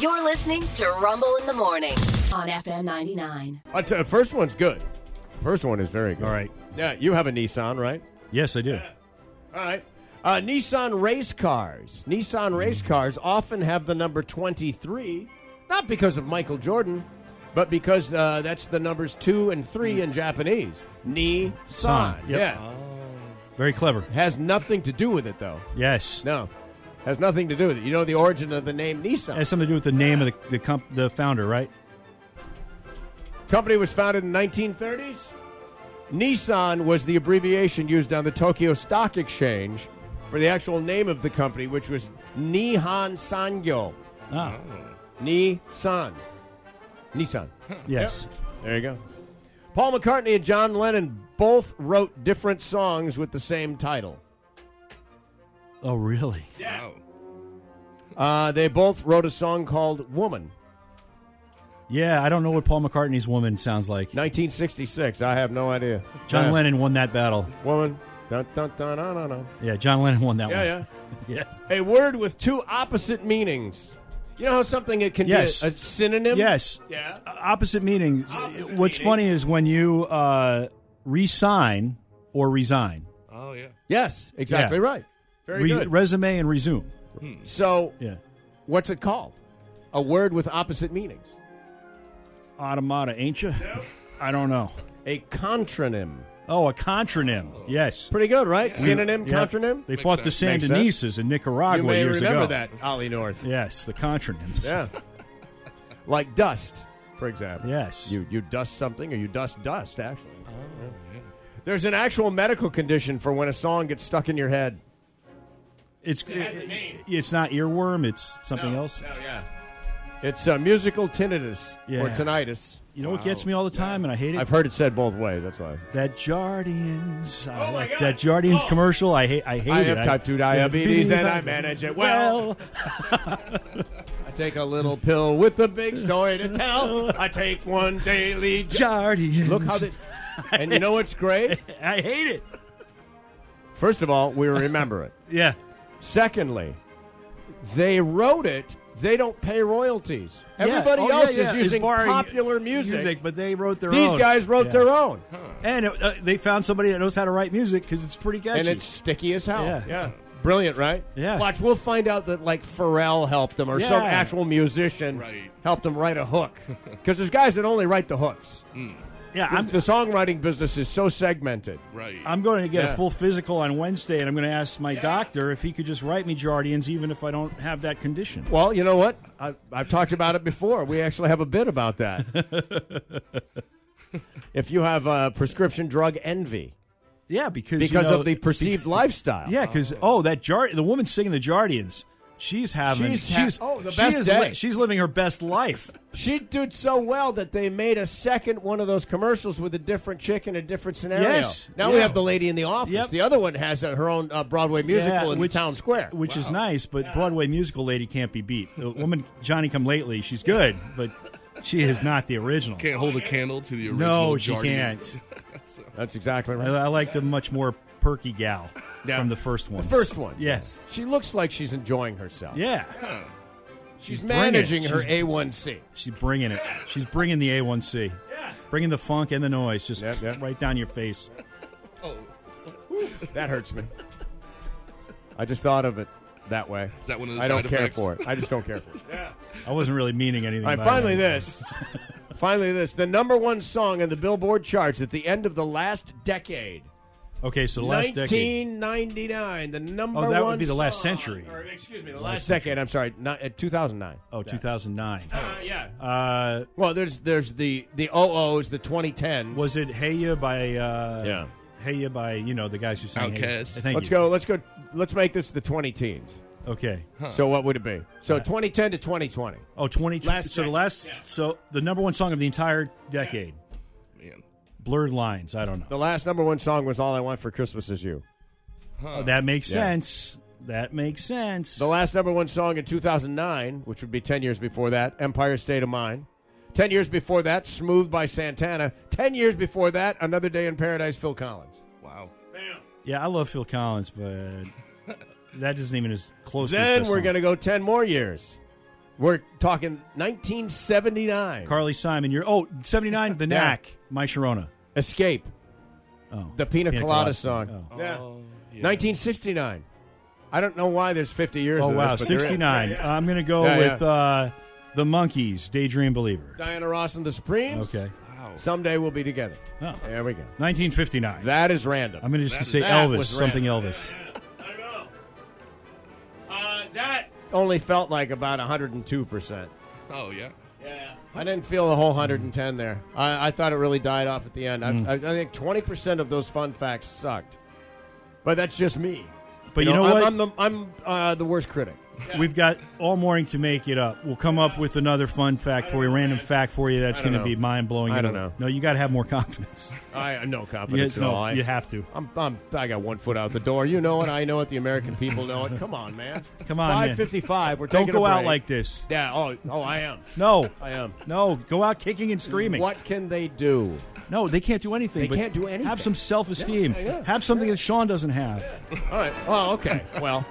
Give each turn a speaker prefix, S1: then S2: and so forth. S1: You're listening to Rumble in the Morning on FM 99.
S2: But uh, first one's good. First one is very good.
S3: All right.
S2: Yeah, you have a Nissan, right?
S3: Yes, I do.
S2: All right. Uh, Nissan race cars. Nissan race cars often have the number 23, not because of Michael Jordan, but because uh, that's the numbers 2 and 3 in Japanese. Nissan.
S3: San, yep.
S2: Yeah.
S3: Very clever.
S2: Has nothing to do with it, though.
S3: Yes.
S2: No. Has nothing to do with it. You know the origin of the name Nissan.
S3: It has something to do with the name of the the, comp- the founder, right?
S2: Company was founded in 1930s. Nissan was the abbreviation used on the Tokyo Stock Exchange for the actual name of the company, which was Nihon Sangyo.
S3: Ah,
S2: Oh, Nissan. Nissan.
S3: yes.
S2: There you go. Paul McCartney and John Lennon both wrote different songs with the same title.
S3: Oh, really?
S4: Wow.
S2: Uh, they both wrote a song called Woman,
S3: Yeah, I don't know what Paul McCartney's woman sounds like.
S2: 1966. I have no idea.
S3: John
S2: Yeah.
S3: Lennon won that battle.
S2: Woman. Dun, dun, dun, dun, dun, dun.
S3: Yeah, John Lennon won that
S2: Yeah,
S3: one.
S2: yeah.
S3: yeah.
S2: a word with two opposite meanings. You know how something it can
S3: Yes.
S2: be a, a synonym.
S3: Yes.
S2: Yeah.
S3: O- Opposite meaning.
S2: Opposite
S3: What's
S2: meaning.
S3: funny is when you uh, resign or resign.
S4: Oh yeah.
S2: Yes. Exactly
S3: Yeah.
S2: right. Very
S3: Re-
S2: good.
S3: Resume and resume.
S2: so,
S3: Yeah.
S2: what's it called? A word with opposite meanings.
S3: Automata, ain't you? I don't know.
S2: A contronym.
S3: Oh, a contronym. Yes.
S2: Pretty good, right? Synonym,
S3: Yeah.
S2: contronym.
S3: They fought the
S4: sense.
S3: San
S2: Makes
S3: Denises in Nicaragua
S2: you may
S3: years
S2: remember
S3: ago.
S2: that, Ollie North.
S3: Yes, the contronym.
S2: Yeah. like dust, for example.
S3: Yes. Oh,
S2: You you dust something, or you dust dust. Actually. There's an actual medical condition for when a song gets stuck in your head.
S3: It's it's not earworm. It's something else.
S2: yeah. It's uh, musical tinnitus or
S3: Yeah.
S2: tinnitus.
S3: You know what gets me all the time, and I hate it.
S2: I've heard it said both ways. That's why.
S3: that Jardians. I
S2: Oh, my
S3: like
S2: God.
S3: That Jardians
S2: Oh.
S3: commercial. I hate. I hate
S2: I
S3: it.
S2: have type 2 diabetes and I manage it well. I take a little pill with a big story to tell. I take one daily. J-
S3: Jardians.
S2: Look how. The- and you know what's great?
S3: I hate it.
S2: First of all, we remember it.
S3: Yeah.
S2: Secondly, they wrote it. They don't pay royalties. Everybody
S3: Yeah. Oh,
S2: else
S3: yeah, yeah.
S2: is using
S3: borrowing
S2: popular music.
S3: but they wrote their
S2: These
S3: own.
S2: guys wrote
S3: Yeah.
S2: their own,
S3: and it, uh, they found somebody that knows how to write music because it's pretty catchy.
S2: and it's sticky as hell.
S3: Yeah.
S2: Brilliant, right?
S3: Yeah.
S2: Watch, we'll find out that like Pharrell helped him, or some
S3: Yeah.
S2: actual musician
S4: Right.
S2: helped him write a hook. Because there's guys that only write the hooks.
S3: yeah. I'm
S2: the songwriting business is so segmented.
S4: Right.
S3: I'm going to get
S2: Yeah.
S3: a full physical on Wednesday, and I'm going to ask my doctor if he could just write me Jardians, even if I don't have that condition.
S2: Well, you know what? I, I've talked about it before. We actually have a bit about that. if you have uh, prescription drug envy
S3: Yeah, because you
S2: because
S3: know-
S2: of the perceived lifestyle.
S3: Yeah, because oh, that jar the woman singing the Jardians, she's having
S2: She's
S3: she's,
S2: ha- oh, the
S3: she
S2: best
S3: is
S2: day.
S3: she's living her best life.
S2: She did so well that they made a second one of those commercials with a different chick in a different scenario.
S3: Yes.
S2: Now we
S3: Yeah.
S2: have the lady in the office.
S3: Yep.
S2: The other one has uh her own uh, Broadway musical
S3: Yeah,
S2: in
S3: which-
S2: town square.
S3: which is nice. But Broadway musical lady can't be beat. The woman Johnny Come Lately, she's good, but she is not the original.
S4: Can't hold a candle to the original.
S3: No, she
S4: Jardians.
S3: can't.
S2: That's exactly
S3: I,
S2: right.
S3: I like the much more perky gal
S2: Yeah.
S3: from the first one.
S2: The first one.
S3: yes,
S2: She looks like she's enjoying herself.
S3: yeah.
S2: She's,
S3: she's
S2: managing
S3: bringing
S2: her
S3: it. She's-
S2: A1C.
S3: She's bringing it. She's bringing the A1C. Bringing the funk and the noise just
S2: Yep, yep.
S3: right down your face.
S2: That hurts me. I just thought of it that way.
S4: Is that one of the
S2: I don't
S4: side
S2: care
S4: effects?
S2: for it. I just don't care for it.
S3: I wasn't really meaning anything.
S2: All right,
S3: by
S2: finally
S3: that.
S2: this. finally this. The number one song in the Billboard charts at the end of the last decade.
S3: Okay, so the last decade.
S2: 1999, the number
S3: Oh, that would
S2: one
S3: be the last
S2: song-
S3: century.
S2: Or, excuse me, the last decade. I'm sorry, not, uh, 2009.
S3: Oh, 2009.
S2: Uh, yeah.
S3: Uh,
S2: Well, there's there's the the OOs, the 2010s.
S3: was it Hey Ya by uh,
S2: Yeah.
S3: Hey Ya by you know the guys who sang
S4: Outkast.
S3: Hey Ya. Thank
S2: Let's
S3: you.
S2: go. Let's go. Let's make this the 20 teens.
S3: Okay.
S2: So what would it be? So 2010 to 2020.
S3: Oh, 20.
S2: Last
S3: so the
S2: decade,
S3: last. So the number one song of the entire decade.
S4: Man.
S3: Blurred Lines. I don't know.
S2: The last number one song was "All I Want for Christmas Is You."
S3: Oh, that makes
S2: Uh, Yeah.
S3: sense. That makes sense.
S2: The last number one song in 2009, which would be 10 years before that, "Empire State of Mind." 10 years before that, "Smooth" by Santana. 10 years before that, "Another Day in Paradise," Phil Collins.
S4: Wow.
S3: yeah, I love Phil Collins, but that isn't even as close. to his
S2: Then
S3: best
S2: we're
S3: song.
S2: going to go 10 more years. We're talking 1979.
S3: Carly Simon, you're oh 79 The
S2: Yeah.
S3: Knack, My Sharona.
S2: Escape,
S3: Oh.
S2: the Pina,
S3: Pina
S2: Colada,
S3: Colada Oh.
S2: song. Oh.
S3: song.
S2: Yeah.
S4: Oh, yeah.
S2: 1969. I don't know why there's 50 years.
S3: Oh
S2: of
S3: wow,
S2: this, but there is.
S3: 69.
S2: Yeah, yeah.
S3: I'm going to go
S2: Yeah,
S3: with uh The Monkeys, Daydream Believer.
S2: Diana Ross and the Supremes.
S3: Okay.
S4: Wow.
S2: Someday we'll be together.
S3: Oh.
S2: There we go.
S3: 1959.
S2: That is random.
S3: I'm going to just
S4: That-
S3: say
S2: that
S3: Elvis,
S2: was
S3: something
S2: random.
S3: Elvis.
S2: I know. Uh, that only felt like about 102%.
S4: Oh yeah.
S2: Yeah. I didn't feel the whole 110 there. I, I thought it really died off at the end. I,
S3: Mm.
S2: I, I think 20% of those fun facts sucked. But that's just me.
S3: But you know, what?
S2: I'm, I'm, the, I'm uh, the worst critic.
S3: We've got all morning to make it up. We'll come up with another fun fact for you, random fact for you that's
S2: I don't
S3: going to
S2: know.
S3: be mind blowing.
S2: I don't know.
S3: No, you got to have more confidence.
S2: I I no
S3: You,
S2: confidence
S3: guys-
S2: at
S3: no,
S2: all. I,
S3: you have to.
S2: I'm, I'm, I got one foot out the door. You know it. I know it. The American people know it. Come on, man.
S3: Come on, man.
S2: 555. We're
S3: Don't
S2: taking a
S3: go out
S2: break.
S3: like this.
S2: Yeah. Oh, oh, I am.
S3: No,
S2: I am.
S3: no, go out kicking and screaming.
S2: What can they do?
S3: No, they can't do anything.
S2: They
S3: but
S2: can't do anything.
S3: Have some self esteem.
S2: Yeah, yeah,
S3: have something that Sean doesn't have.
S2: All right. Oh, okay. Well,